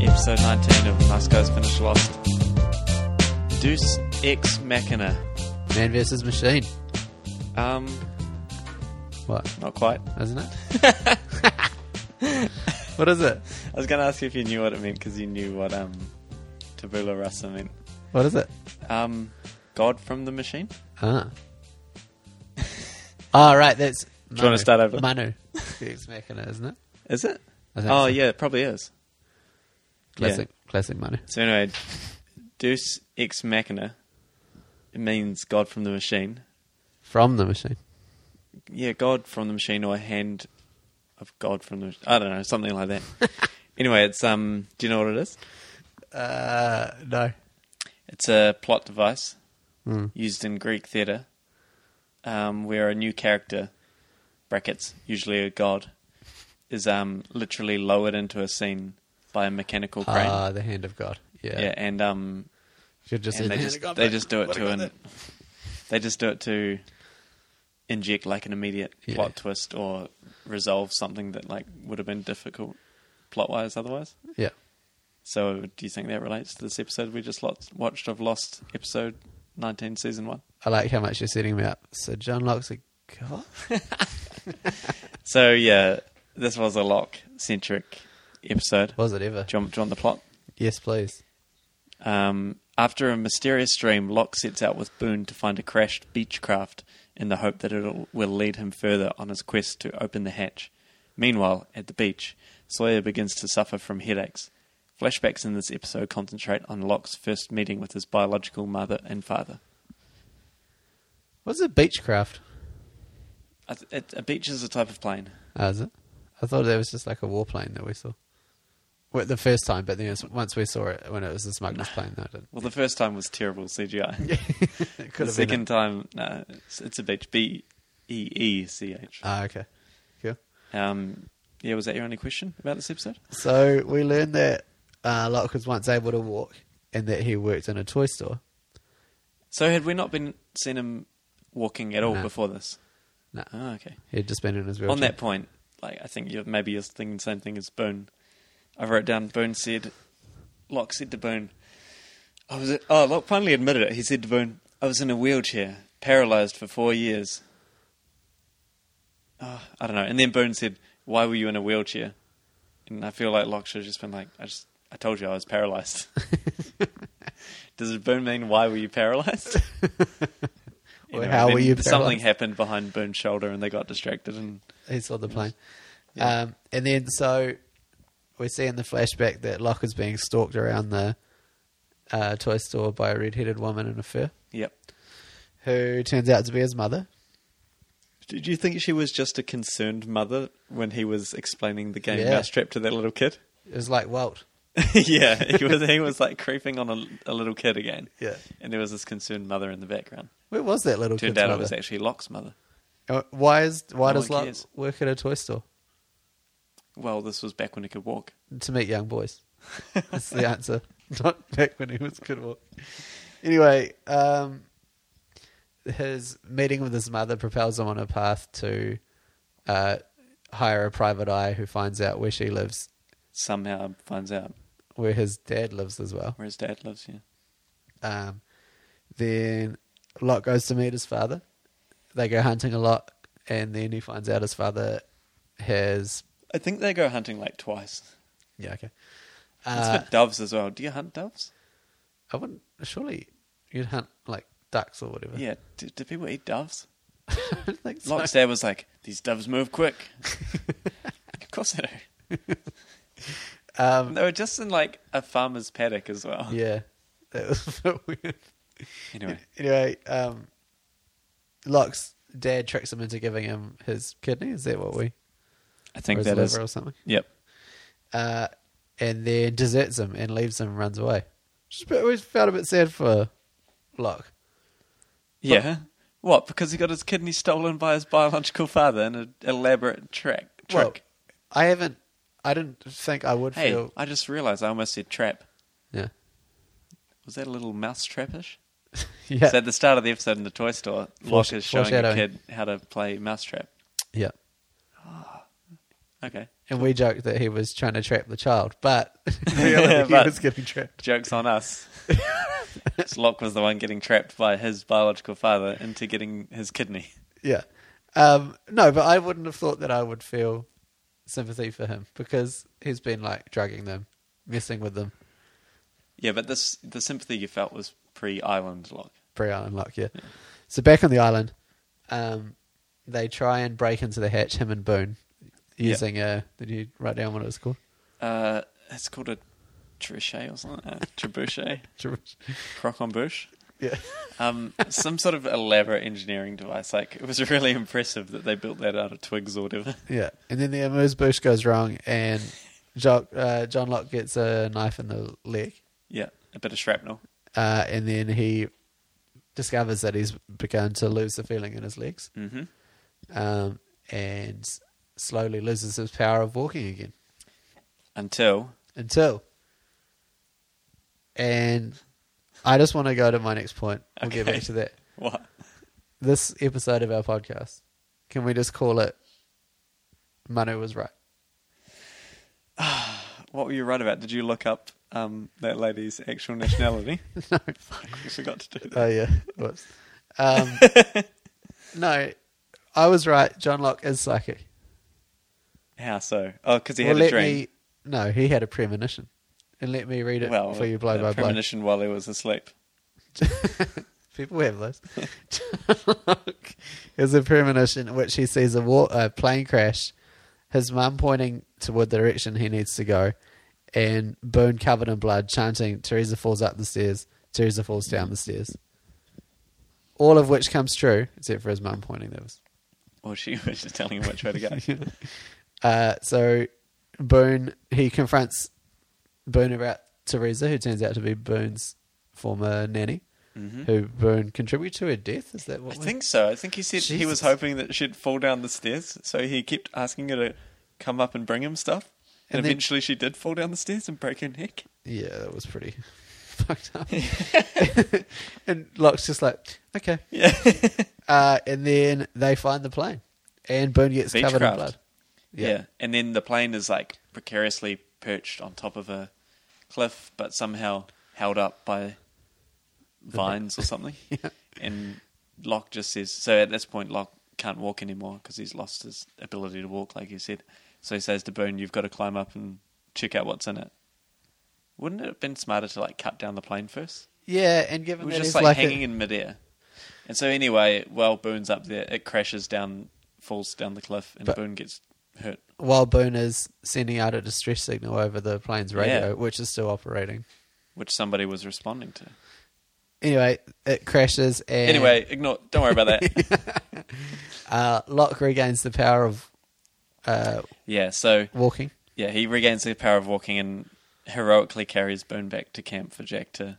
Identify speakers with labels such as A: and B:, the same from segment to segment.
A: episode 19 of Moscow's Finished Lost. Deuce Ex Machina.
B: Man versus machine.
A: Um,
B: What?
A: not quite.
B: Isn't it? what is it?
A: I was going to ask you if you knew what it meant because you knew what um, Tabula Rasa meant.
B: What is it?
A: Um, God from the Machine?
B: Ah. oh, right. That's. Do
A: you wanna start over?
B: Manu. Ex Machina, isn't it?
A: Is it?
B: I
A: Oh,
B: think so.
A: yeah, it probably is.
B: Classic, classic Manu.
A: So, anyway, Deuce Ex Machina it means God from the Machine.
B: From the machine.
A: yeah, God from the machine or a hand of God from the machine. I don't know, something like that. anyway, it's um do you know what it is?
B: Uh, no.
A: It's a plot device
B: Hmm.
A: used in Greek theatre um, where a new character, brackets, usually a god, is um literally lowered into a scene by a mechanical crane.
B: Ah, the hand of God. Yeah.
A: yeah. and um
B: You're just
A: and they just they just do it to an they just do it to inject like an immediate
B: Yeah.
A: plot twist or resolve something that like would have been difficult plot wise otherwise.
B: Yeah.
A: So do you think that relates to this episode we just lost, watched of Lost episode nineteen season one?
B: I like how much you're setting me up. So John Locke's a god?
A: So yeah, this was a lock centric episode.
B: Was it ever?
A: Do you, want, do you want the plot?
B: Yes, please.
A: Um, after a mysterious dream, Locke sets out with Boone to find a crashed Beechcraft in the hope that it will lead him further on his quest to open the hatch. Meanwhile, at the beach, Sawyer begins to suffer from headaches. Flashbacks in this episode concentrate on Locke's first meeting with his biological mother and father.
B: What's a beechcraft?
A: A, it- a beach is a type of plane.
B: Oh, is it? I thought that was just like a warplane that we saw. Well, the first time, but then it's- once we saw it, when it was the smuggler's plane, no, it didn't.
A: Well, the first time was terrible CGI.
B: It
A: the
B: could have been.
A: second
B: it.
A: time, no, it's, it's a beach. B E E C H.
B: Ah, okay. Cool.
A: Um, yeah, was that your only question about this episode?
B: So we learned that uh, Locke was once able to walk and that he worked in a toy store.
A: So had we not been seen him walking at all
B: No.
A: before this?
B: No.
A: Oh, okay.
B: He'd just been in his wheelchair.
A: On that point, like I think you're maybe you're thinking the same thing as Boone. I wrote down Boone said Locke said to Boone I was oh Locke finally admitted it. He said to Boone, I was in a wheelchair, paralysed for four years. Oh, I don't know. And then Boone said, Why were you in a wheelchair? And I feel like Locke should have just been like, I just I told you I was paralysed. Does Boone mean why were you paralysed?
B: Or
A: Anyway,
B: how
A: then
B: were you?
A: Something
B: paralysed?
A: happened behind Boone's shoulder, and they got distracted. And
B: He saw the plane.
A: Yeah.
B: Um, and then so we see in the flashback that Locke is being stalked around the uh, toy store by a red-headed woman in a fur,
A: yep.
B: who turns out to be his mother.
A: Did you think she was just a concerned mother when he was explaining the game
B: Yeah.
A: Mousetrap to that little kid?
B: It was like Walt.
A: yeah, he was. He was like creeping on a, a little kid again.
B: Yeah.
A: and there was this concerned mother in the background.
B: Where was that little
A: Turned
B: kid's
A: out
B: mother?
A: it was actually Locke's mother.
B: Uh, Why is why
A: No
B: does
A: one
B: Locke
A: cares.
B: work at a toy store
A: Well, this was back when he could walk.
B: to meet young boys? That's the answer. Not back when he was good walk. Anyway, um, his meeting with his mother propels him on a path to uh, hire a private eye who finds out where she lives,
A: Somehow finds out
B: where his dad lives as well.
A: where his dad lives. Yeah,
B: Um, then Locke goes to meet his father. They go hunting a lot, and then he finds out his father has
A: I think they go hunting like twice.
B: yeah okay.
A: It's
B: Uh,
A: for doves as well. Do you hunt doves?
B: I wouldn't. Surely you'd hunt like ducks or whatever.
A: Yeah. Do, do people eat doves?
B: I don't think so.
A: Locke's dad was like, "These doves move quick." of course they do.
B: Um,
A: They were just in like a farmer's paddock as well.
B: yeah, that was a bit weird.
A: Anyway,
B: Anyway, um, Locke's dad tricks him into giving him his kidney. Is that what we?
A: I
B: or
A: think
B: his
A: that
B: liver
A: is.
B: or something.
A: Yep.
B: Uh, and then deserts him and leaves him and runs away. Just a bit, always felt a bit sad for Locke.
A: Yeah. What? Because he got his kidney stolen by his biological father in an elaborate track.
B: Well,
A: Trick.
B: I haven't. I didn't think I would
A: hey,
B: feel.
A: I just realised I almost said trap.
B: Yeah.
A: Was that a little mouse trappish?
B: Yeah.
A: So at the start of the episode in the toy store,
B: Foresh-
A: Locke is showing a
B: foreshadowing.
A: kid how to play mousetrap.
B: yeah.
A: Okay.
B: And we joked that he was trying to trap the child, but in reality,
A: Yeah,
B: he
A: but-
B: was getting trapped.
A: Joke's on us. So Locke was the one getting trapped by his biological father into getting his kidney.
B: Yeah. Um, no, but I wouldn't have thought that I would feel sympathy for him because he's been like drugging them, messing with them,
A: Yeah, but this the sympathy you felt was pre Island Locke.
B: pre island lock, yeah. So back on the island, um, they try and break into the hatch, him and Boone, using a. Did you write down what it was called?
A: Uh, it's called a trebuchet or something. Uh, trebuchet, croc on bush.
B: yeah.
A: Um, some sort of elaborate engineering device. Like it was really impressive that they built that out of twigs or whatever.
B: Yeah, and then the amuse bouche goes wrong, and Jock, uh, John Locke gets a knife in the leg,
A: Yeah, a bit of shrapnel.
B: uh, and then he discovers that he's begun to lose the feeling in his legs,
A: hmm
B: um, and slowly loses his power of walking again
A: Until
B: until. And I just want to go to my next point. We'll get
A: Okay.
B: back to that.
A: what?
B: This episode of our podcast, can we just call it Manu was right?
A: What were you right about? Did you look up um, that lady's actual nationality? no, fuck, we forgot to do that.
B: Oh yeah, whoops. Um, no, I was right. John Locke is psychic.
A: How so? Oh, because he
B: Well,
A: had a
B: let
A: dream.
B: me. No, he had a premonition, and let me read it
A: well,
B: for you, blow
A: a
B: by blow.
A: premonition while he was asleep.
B: People have those. John Locke has a premonition in which he sees a war, uh, plane crash, his mum pointing toward the direction he needs to go, and Boone covered in blood chanting, "Teresa falls up the stairs. Teresa falls down the stairs." All of which comes true, except for his mum pointing. That was
A: Or she was just telling him which way to go.
B: Uh, so Boone he confronts Boone about Teresa, who turns out to be Boone's former nanny, who Boone contributed to her death. Is that
A: Mm-hmm. I
B: what we-
A: think so. I think he said he was
B: Jesus.
A: hoping that she'd fall down the stairs, so he kept asking her to come up and bring him stuff. And,
B: And then-
A: eventually she did fall down the stairs and break her neck.
B: Yeah, that was pretty fucked up. and Locke's just like, okay.
A: Yeah.
B: Uh, and then they find the plane, and Boone gets covered
A: Beechcraft.
B: in blood.
A: yeah. And then the plane is like precariously perched on top of a cliff, but somehow held up by vines or something. And Locke just says, so at this point, Locke can't walk anymore because he's lost his ability to walk, like you said. So he says to Boone, you've got to climb up and check out what's in it. Wouldn't it have been smarter to like cut down the plane first?
B: Yeah, and given
A: It was
B: that
A: just
B: he's
A: like,
B: like a-
A: hanging in midair. And so anyway, while Boone's up there, it crashes down, falls down the cliff, and
B: But-
A: Boone gets hurt.
B: while Boone is sending out a distress signal over the plane's radio,
A: Yeah.
B: which is still operating.
A: which somebody was responding to.
B: Anyway, it crashes and
A: Anyway, ignore. Don't worry about that.
B: uh, Locke regains the power of uh,
A: yeah. So
B: walking.
A: yeah, he regains the power of walking and heroically carries Boone back to camp for Jack to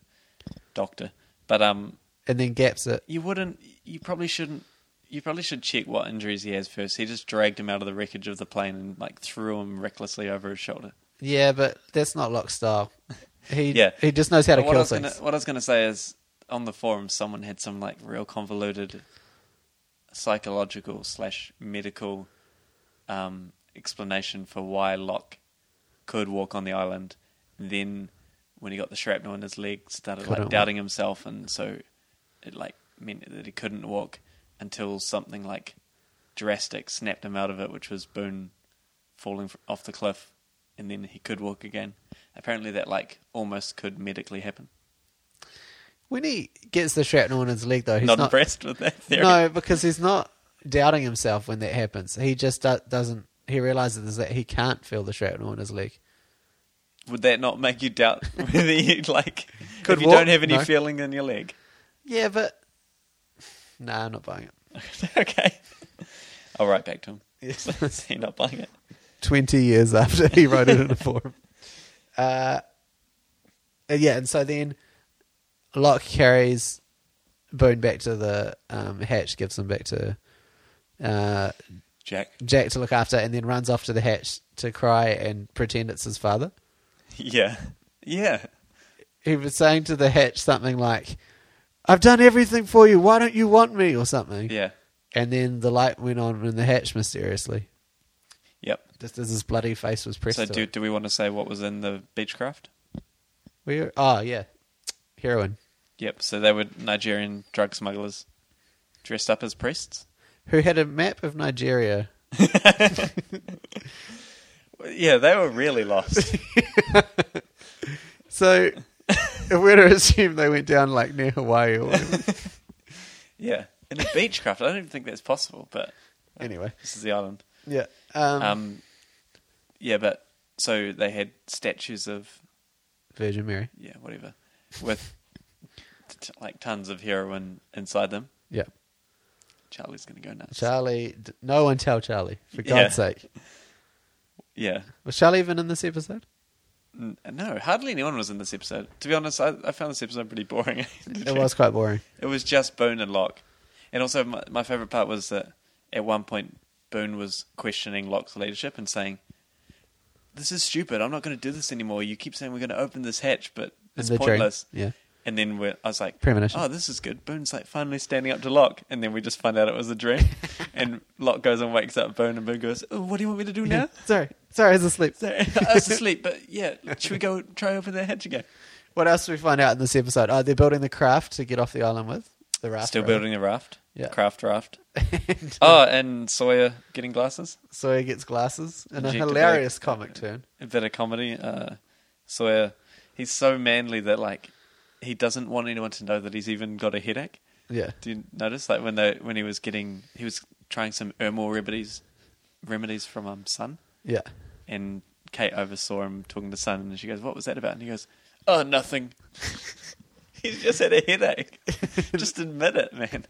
A: doctor. But um,
B: And then gaps it.
A: you wouldn't. You probably shouldn't. You probably should check what injuries he has first. He just dragged him out of the wreckage of the plane and like threw him recklessly over his shoulder.
B: Yeah, but that's not Locke's style. He
A: Yeah.
B: he just knows how to
A: But what, I
B: kill
A: was gonna,
B: things.
A: what I was going to say is on the forum, someone had some like real convoluted psychological slash medical um, explanation for why Locke could walk on the island. Then, when he got the shrapnel in his leg, started
B: Couldn't
A: like
B: walk.
A: doubting himself, and so it like meant that he couldn't walk until something like drastic snapped him out of it, which was Boone falling fr- off the cliff, and then he could walk again. Apparently, that like almost could medically happen.
B: When he gets the shrapnel in his leg, though, he's
A: not,
B: not,
A: impressed with that theory.
B: no, because he's not doubting himself when that happens. He just do- doesn't. He realizes that he can't feel the shrapnel in his leg.
A: Would that not make you doubt whether you like
B: Could
A: if you
B: walk?
A: don't have any
B: No.
A: feeling in your leg?
B: Yeah, but nah, I'm not buying it.
A: okay, I'll write back to him. Yes, you're not buying it.
B: 20 years after he wrote it in a forum. Uh, yeah, and so then Locke carries Boone back to the um, hatch, gives him back to uh,
A: Jack.
B: Jack to look after, and then runs off to the hatch to cry and pretend it's his father.
A: Yeah, yeah.
B: He was saying to the hatch something like, I've done everything for you, why don't you want me? or something.
A: Yeah.
B: And then the light went on in the hatch mysteriously.
A: Yep.
B: Just as his bloody face was pressed
A: So
B: to
A: do
B: it.
A: do we want to say what was in the Beechcraft?
B: We were- oh, yeah. Heroin.
A: Yep. So they were Nigerian drug smugglers dressed up as priests.
B: Who had a map of Nigeria.
A: Yeah, they were really lost.
B: So if we're to assume they went down like near Hawaii or whatever.
A: yeah, in the Beechcraft. I don't even think that's possible, but
B: anyway.
A: this is the island.
B: Yeah. Um,
A: Um, yeah, but so they had statues of
B: Virgin Mary.
A: yeah, whatever, with t- like tons of heroin inside them.
B: Yeah.
A: Charlie's gonna go nuts.
B: Charlie. d- No one tell Charlie, for
A: Yeah.
B: God's sake.
A: yeah.
B: Was Charlie even in this episode?
A: N- No, hardly anyone was in this episode. To be honest, I, I found this episode pretty boring.
B: It was quite boring.
A: It was just Boone and Locke. And also, my, my favorite part was that at one point, Boone was questioning Locke's leadership and saying, This is stupid. I'm not going to do this anymore. You keep saying we're going to open this hatch, but
B: And
A: it's
B: the drain.
A: pointless.
B: Yeah.
A: And then we're, I was like,
B: Premonition.
A: Oh, this is good. Boone's like finally standing up to Locke. And then we just find out it was a dream. and Locke goes and wakes up Boone, and Boone goes, oh, What do you want me to do now?
B: Sorry. Sorry, I was asleep.
A: So, I was asleep, but yeah, should we go try open the hatch again?
B: What else do we find out in this episode? Oh, they're building the craft to get off the island with. The raft.
A: Still
B: rather.
A: building the raft.
B: Yeah.
A: Craft raft.
B: and,
A: Oh, and Sawyer getting glasses.
B: so he gets glasses and a
A: Injected
B: hilarious
A: like-
B: comic turn.
A: A bit of comedy. Uh, Sawyer, he's so manly that like he doesn't want anyone to know that he's even got a headache.
B: Yeah.
A: Do you notice like when they when he was getting he was trying some Ermal remedies remedies from um Sun
B: Yeah.
A: and Kate oversaw him talking to Sun and she goes, "What was that about?" And he goes, "Oh, nothing." he's just had a headache. just admit it, man.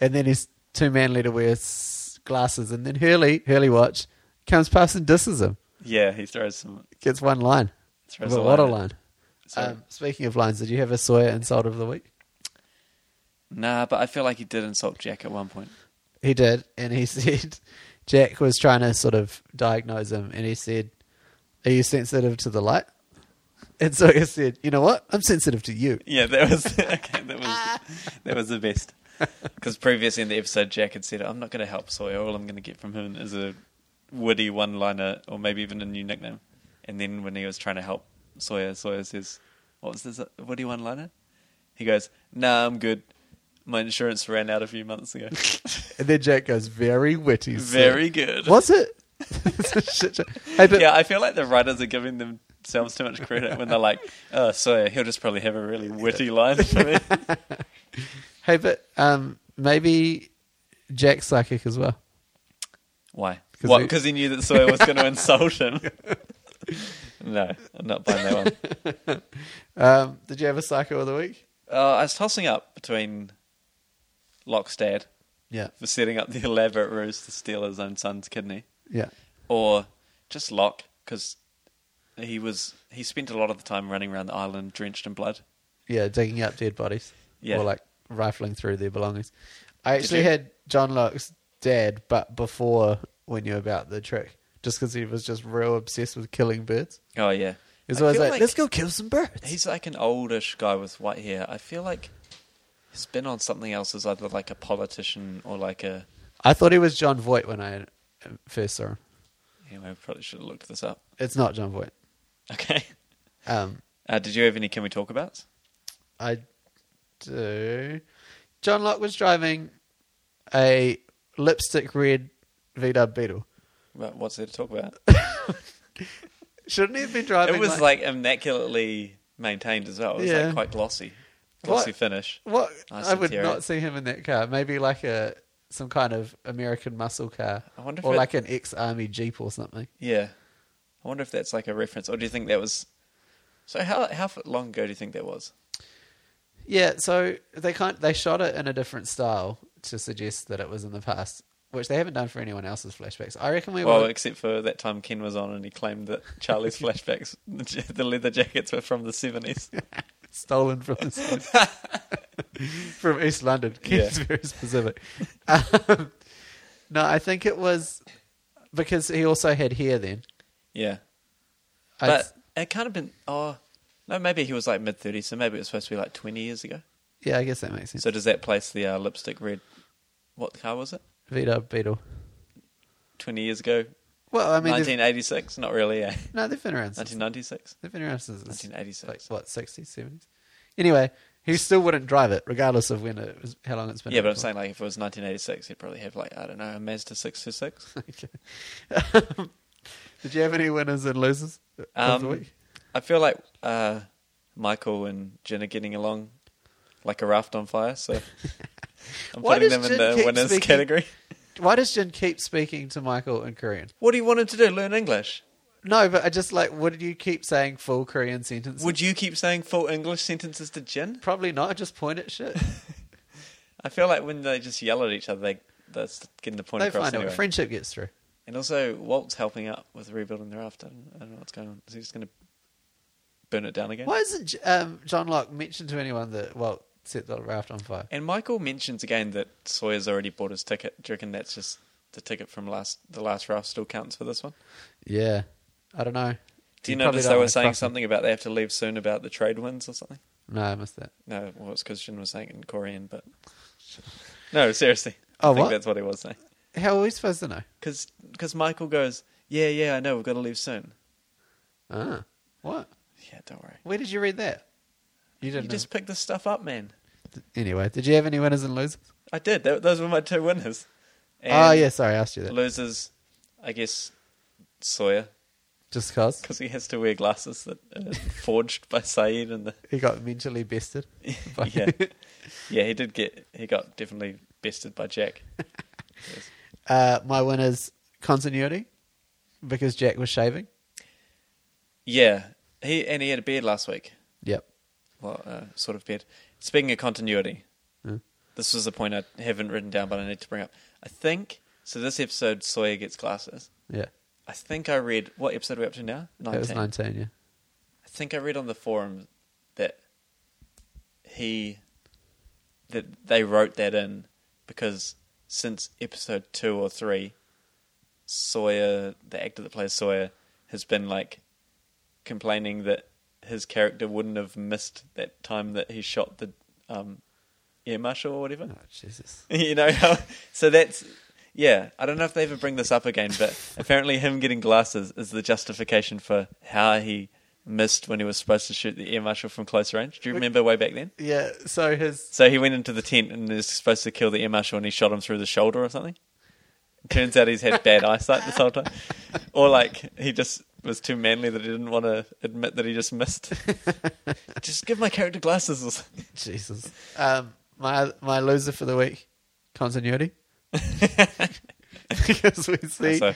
B: And then he's too manly to wear s- glasses. And then Hurley, Hurley Watch, comes past and disses him.
A: Yeah, he throws some.
B: Gets one line.
A: Throws
B: Well,
A: a
B: what a
A: line at-
B: line.
A: So,
B: Um, speaking of lines, did you have a Sawyer insult of the week?
A: nah, but I feel like he did insult Jack at one point.
B: He did, and he said Jack was trying to sort of diagnose him, and he said, "Are you sensitive to the light?" And so he said, "You know what? I'm sensitive to you."
A: Yeah, that was okay. That
B: Ah.
A: was that was the best. Because previously in the episode, Jack had said, "I'm not going to help Sawyer. All I'm going to get from him is a witty one-liner, or maybe even a new nickname." And then when he was trying to help Sawyer, Sawyer says, "What was this uh, witty one-liner?" He goes, "Nah, I'm good. My insurance ran out a few months ago.
B: And then Jack goes, "Very witty." sir."
A: Very good."
B: Was it? It's a shit show. Hey, but
A: yeah, I feel like the writers are giving themselves too much credit when they're like, "Oh, Sawyer, he'll just probably have a really witty line for me."
B: hey, but um, maybe Jack's psychic as well.
A: Why?
B: 'Cause
A: What?
B: they-
A: Because he knew that Sawyer was going to insult him. no, I'm not buying that one.
B: Um, did you have a psycho of the week?
A: Uh, I was tossing up between Locke's dad
B: Yeah,
A: for setting up the elaborate ruse to steal his own son's kidney,
B: yeah,
A: or just Locke because he was he spent a lot of the time running around the island drenched in blood.
B: yeah. Digging up dead bodies,
A: Yeah.
B: or like rifling through their belongings. I actually
A: you?
B: had John Locke's dad, but before we knew about the trick, just because he was just real obsessed with killing birds.
A: Oh yeah,
B: He was
A: I
B: always
A: feel
B: like, "Let's go kill some birds."
A: He's like an oldish guy with white hair. I feel like he's been on something else as either like a politician or like a.
B: I thought he was John Voight when I uh, first saw him.
A: Anyway, I probably should have looked this up.
B: It's not John Voight.
A: Okay.
B: Um,
A: Uh, did you have any? Can we talk about?
B: I do. John Locke was driving a lipstick red V Dub Beetle.
A: What- What's there to talk about?
B: Shouldn't he have been driving?
A: it was like, immaculately maintained as well. It was
B: Yeah.
A: like quite glossy, glossy
B: What?
A: finish.
B: what?
A: Nice
B: I would
A: interior.
B: not see him in that car. Maybe like a some kind of American muscle car,
A: I wonder if
B: or
A: it-
B: like an ex-army jeep or something.
A: Yeah, I wonder if that's like a reference, or do you think that was? So how how f- long ago do you think that was?
B: Yeah. So they can't. They shot it in a different style to suggest that it was in the past, which they haven't done for anyone else's flashbacks. I reckon we
A: Well,
B: would.
A: except for that time Ken was on and he claimed that Charlie's flashbacks, the leather jackets were from the seventies.
B: stolen from the from East London.
A: Yeah.
B: It's very specific. Um, no, I think it was because he also had hair then.
A: Yeah,
B: I-
A: but it kind of been. Oh, no, maybe he was like mid thirties, so maybe it was supposed to be like twenty years ago.
B: yeah, I guess that makes sense.
A: So does that place the uh, lipstick red? What car was it?
B: Vito Beetle.
A: Twenty years ago,
B: Well, I mean, they've,
A: 1986? Not really, yeah.
B: no, they've been around. Since,
A: 1996?
B: they've been around since the
A: 1986.
B: Like what, sixties, seventies? Anyway, he still wouldn't drive it, regardless of when it was, how long it's been.
A: Yeah,
B: out
A: but I'm
B: for.
A: saying like if it was 1986, he'd probably have like I don't know a Mazda 626.
B: Okay. Um, Did you have any winners and losers of the
A: Um,
B: week?
A: I feel like uh, Michael and Jen are getting along like a raft on fire. So I'm
B: Why
A: putting
B: does
A: them in
B: Jen
A: the
B: keep
A: winners
B: speaking-
A: category.
B: Why does Jin keep speaking to Michael in Korean?
A: What do you want him to do? Learn English?
B: No, but I just like, would you keep saying full Korean sentences?
A: Would you keep saying full English sentences to Jen?
B: Probably not. I just point at shit.
A: I feel like when they just yell at each other, they that's getting the point
B: they
A: across
B: find
A: anyway.
B: out. Friendship gets through.
A: And also, Walt's helping out with rebuilding the raft. I don't, I don't know what's going on. Is he just going to burn it down again?
B: Why isn't J- um, John Locke mentioned to anyone that well set the raft on fire?
A: And Michael mentions again that Sawyer's already bought his ticket. Do you reckon that's just the ticket from last the last raft still counts for this one?
B: Yeah, I don't know.
A: Do you
B: probably
A: notice
B: don't
A: they were
B: wanna
A: saying
B: cross him.
A: something about they have to leave soon about the trade winds or something?
B: No, I missed that.
A: No, well, it's because Jin was saying it in Korean, but no, seriously, I
B: Oh,
A: think
B: what?
A: that's what he was saying.
B: How are we supposed to know?
A: Because Michael goes, yeah, yeah, I know, we've got to leave soon.
B: Ah, what?
A: Yeah, don't worry.
B: Where did you read that? You
A: You
B: didn't.
A: just pick this stuff up, man.
B: Anyway, did you have any winners and losers?
A: I did. Tho- those were my two winners. And
B: oh yeah, sorry, I asked you that.
A: Losers, I guess, Sawyer.
B: Just cause
A: because he has to wear glasses that are forged by Saeed and the
B: he got mentally bested. by-
A: yeah yeah he did get he got definitely bested by Jack. Yes.
B: uh, my winners continuity because Jack was shaving.
A: Yeah, he and he had a beard last week.
B: Yep.
A: Well, uh, sort of beard. Speaking of continuity,
B: Hmm.
A: this was the point I haven't written down, but I need to bring up. I think so. This episode, Sawyer gets glasses.
B: Yeah.
A: I think I read what episode are we up to now?
B: That was nineteen. Yeah.
A: I think I read on the forum that he that they wrote that in because since episode two or three, Sawyer, the actor that plays Sawyer, has been like complaining that his character wouldn't have missed that time that he shot the um, air marshal or whatever.
B: Oh Jesus.
A: you know, how, so that's yeah. I don't know if they ever bring this up again, but apparently, him getting glasses is the justification for how he missed when he was supposed to shoot the air marshal from close range. Do you remember way back then?
B: Yeah. So his
A: So he went into the tent and is supposed to kill the air marshal, and he shot him through the shoulder or something. Turns out he's had bad eyesight this whole time, or like he just was too manly that he didn't want to admit that he just missed. just give my character glasses. Or something.
B: Jesus. Um, my my loser for the week, continuity, because we see
A: So-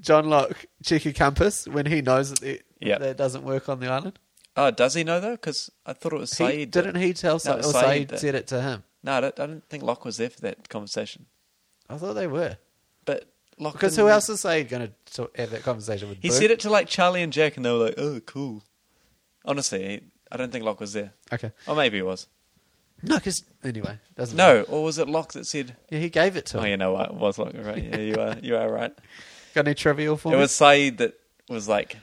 B: John Locke check a compass when he knows that it,
A: Yeah.
B: that it doesn't work on the island.
A: Oh, does he know though? Because I thought it was
B: He-
A: Saeed. that-
B: didn't he tell Sa-
A: it was
B: or
A: Saeed
B: Saeed
A: that-
B: said it to him?
A: No, I don't, I don't think Locke was there for that conversation.
B: I thought they were
A: But Locke.
B: because
A: didn't-
B: who else is Saeed going to have that conversation with?
A: He
B: Boo?
A: said it to like Charlie and Jack, and they were like, "Oh, cool." Honestly, he, I don't think Locke was there.
B: Okay.
A: Or maybe he was.
B: No, because anyway, doesn't matter.
A: No, or was it Locke that said?
B: Yeah, he gave it to
A: Oh,
B: him.
A: you know what? It was Locke, right? Yeah, you are. You are right.
B: Got any trivial for
A: It
B: me?
A: was Saeed that was like,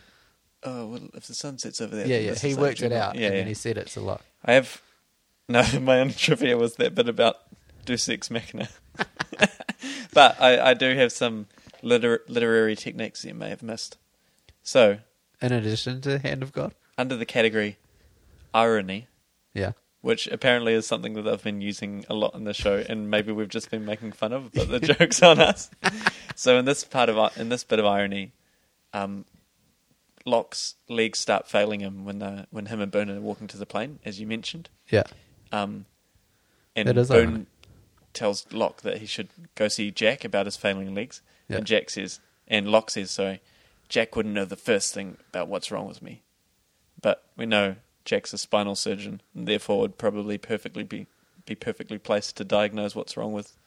A: "Oh, well, if the sun sets over there."
B: yeah,
A: then
B: yeah.
A: this
B: He
A: is like
B: worked it
A: Jim-
B: out,
A: Yeah,
B: and
A: yeah.
B: then he said it's a lot.
A: I have. No, my own trivia was that bit about Deus Ex Machina. but I, I do have some liter- literary techniques that you may have missed. So,
B: In addition to hand of God.
A: under the category irony,
B: Yeah.
A: which apparently is something that I've been using a lot in the show, and maybe we've just been making fun of, but the joke's on us. So in this part of in this bit of irony, um, Locke's legs start failing him when the when him and Boone are walking to the plane, as you mentioned.
B: Yeah.
A: Um, and
B: It is
A: Boone
B: ironic.
A: tells Locke that he should go see Jack about his failing legs.
B: Yeah.
A: And Jack says, and Locke says, sorry, Jack wouldn't know the first thing about what's wrong with me. But we know Jack's a spinal surgeon, and therefore would probably perfectly be, be perfectly placed to diagnose what's wrong with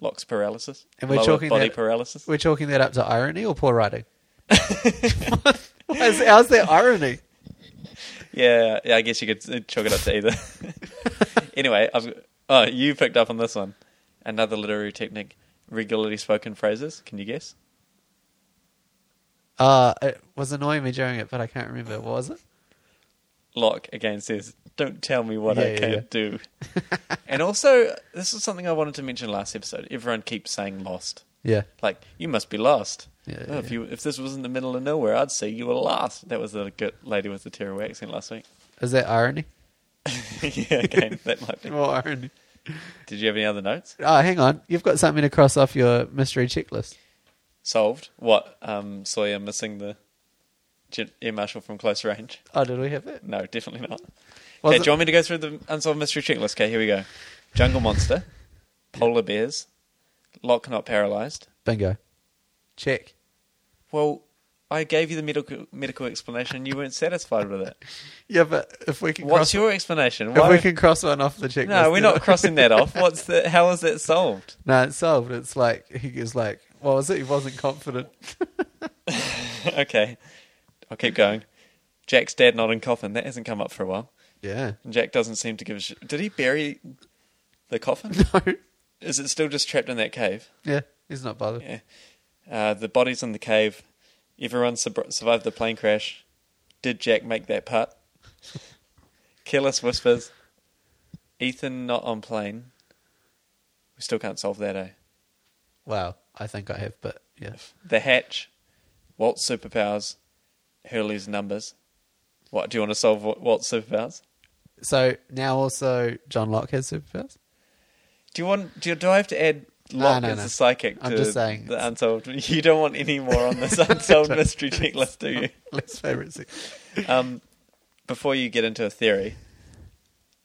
A: Locke's paralysis.
B: And we're
A: lower
B: talking
A: body
B: that-
A: paralysis.
B: We're chalking that up to irony or poor writing? Why is- how's that irony?
A: Yeah, yeah, I guess you could uh, chalk it up to either. anyway, I've, oh, you picked up on this one. Another literary technique: regularly spoken phrases. Can you guess?
B: Uh, it was annoying me during it, but I can't remember. What was it?
A: Locke again says, Don't tell me what
B: Yeah,
A: I
B: yeah,
A: can't
B: yeah.
A: do. and also, this is something I wanted to mention last episode. Everyone keeps saying lost.
B: Yeah.
A: Like, you must be lost.
B: Yeah,
A: Oh,
B: yeah,
A: if
B: yeah.
A: you if this was in the middle of nowhere, I'd say you were lost. That was the good lady with the terrible accent last week.
B: Is that irony?
A: yeah, okay, that might be.
B: More irony.
A: Did you have any other notes?
B: Oh, hang on. You've got something to cross off your mystery checklist.
A: Solved. What? Um, Sawyer missing the gen- air marshal from close range?
B: Oh, did we have that?
A: No, definitely not.
B: Was
A: okay,
B: it-
A: do you want me to go through the unsolved mystery checklist? Okay, here we go. Jungle monster, polar bears, lock not paralyzed.
B: Bingo. Check.
A: Well, I gave you the medical medical explanation. and You weren't satisfied with it.
B: Yeah, but if we can
A: What's
B: cross,
A: your explanation?
B: if
A: Why?
B: we can cross one off the checklist.
A: no, we're
B: then-
A: not crossing that off. What's the? How is that solved?
B: no, it's solved. It's like he is like, what was it? He wasn't confident.
A: okay, I'll keep going. Jack's dad not in coffin. That hasn't come up for a while.
B: Yeah.
A: Jack doesn't seem to give a shit. Did he bury the coffin?
B: No.
A: Is it still just trapped in that cave?
B: Yeah, he's not bothered.
A: Yeah. Uh, the body's in the cave. Everyone sub- survived the plane crash. Did Jack make that putt? Careless whispers. Ethan not on plane. We still can't solve that, eh?
B: Wow, I think I have, but yeah.
A: The hatch. Walt's superpowers. Hurley's numbers. What do you want to solve? Wa- Walt's superpowers.
B: So now also John Locke has superpowers.
A: Do you want? Do, you, do I have to add
B: No,
A: Locke
B: no,
A: as
B: no.
A: a psychic? To
B: I'm just saying
A: the
B: it's-
A: unsolved. You don't want any more on this unsolved mystery checklist, do you?
B: Least favorite thing.
A: Um, before you get into a theory,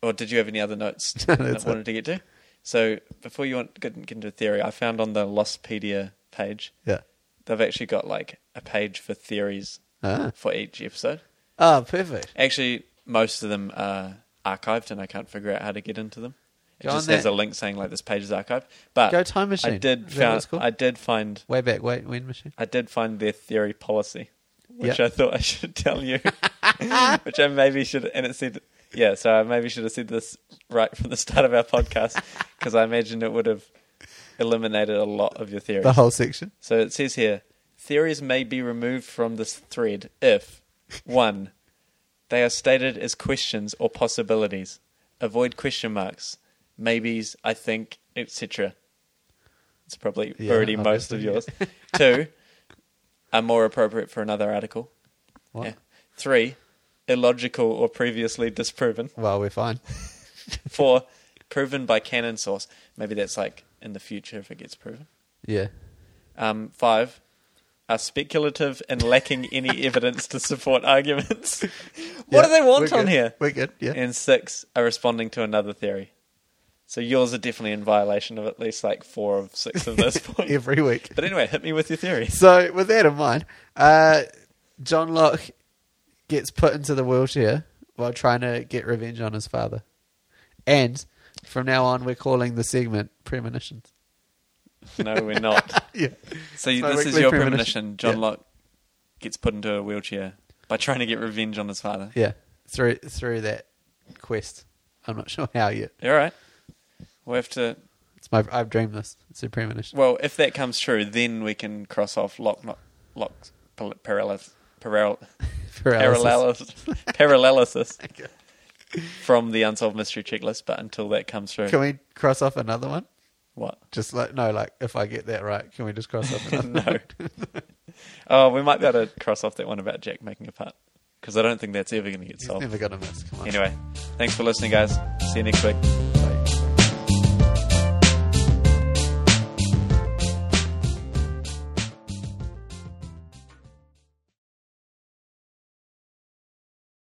A: or did you have any other notes
B: No,
A: that I
B: that's
A: wanted to get to? So before you want, get, get into a theory, I found on the Lostpedia page
B: Yeah.
A: they've actually got like a page for theories
B: Ah.
A: for each episode.
B: Oh, perfect.
A: Actually, most of them are archived, and I can't figure out how to get into them. It
B: Go on
A: just has
B: that-
A: a link saying like this page is archived. But
B: Go Time Machine.
A: I did
B: Is that what
A: found,
B: it's called?
A: I did find
B: Way back, way wind machine.
A: I did find their theory policy, which
B: Yeah.
A: I thought I should tell you, which I maybe should. And it said, yeah, so I maybe should have said this right from the start of our podcast because I imagine it would have eliminated a lot of your theories.
B: The whole section.
A: So it says here theories may be removed from this thread if, one, they are stated as questions or possibilities. Avoid question marks, maybes, I think, etc. It's probably
B: Yeah,
A: already most of yours.
B: obviously,
A: Two, are more appropriate for another article.
B: What?
A: Yeah. Three, illogical or previously disproven.
B: Well, we're fine.
A: Four, proven by canon source. Maybe that's like in the future if it gets proven.
B: Yeah.
A: Um, five are speculative and lacking any evidence to support arguments. what
B: Yeah,
A: do they want
B: we're
A: on
B: good.
A: here?
B: We're good. Yeah.
A: And six are responding to another theory. So yours are definitely in violation of at least like four of six of those points.
B: Every week.
A: But anyway, hit me with your theories.
B: So with that in mind, uh, John Locke gets put into the wheelchair while trying to get revenge on his father. And from now on, we're calling the segment premonitions.
A: No, we're not.
B: Yeah.
A: So you,
B: My
A: this is
B: weekly
A: your
B: premonition.
A: premonition. John
B: Yeah.
A: Locke gets put into a wheelchair by trying to get revenge on his father.
B: Yeah. Through through that quest, I'm not sure how yet.
A: All right. We'll have to.
B: It's my I've dreamed this. It's a premonition.
A: Well, if that comes true, then we can cross off Locke, not Locke, paralysis. Paral-
B: Paralysis.
A: Parallelis- parallelis
B: Okay.
A: from the unsolved mystery checklist. But until that comes through,
B: Can we cross off another one?
A: what?
B: Just like no, like if I get that right, can we just cross off another?
A: no. oh, we might be able to cross off that one about Jack making a putt because I don't think that's ever going to get
B: He's
A: solved.
B: never gonna miss. Come on.
A: Anyway, thanks for listening, guys. See you next week.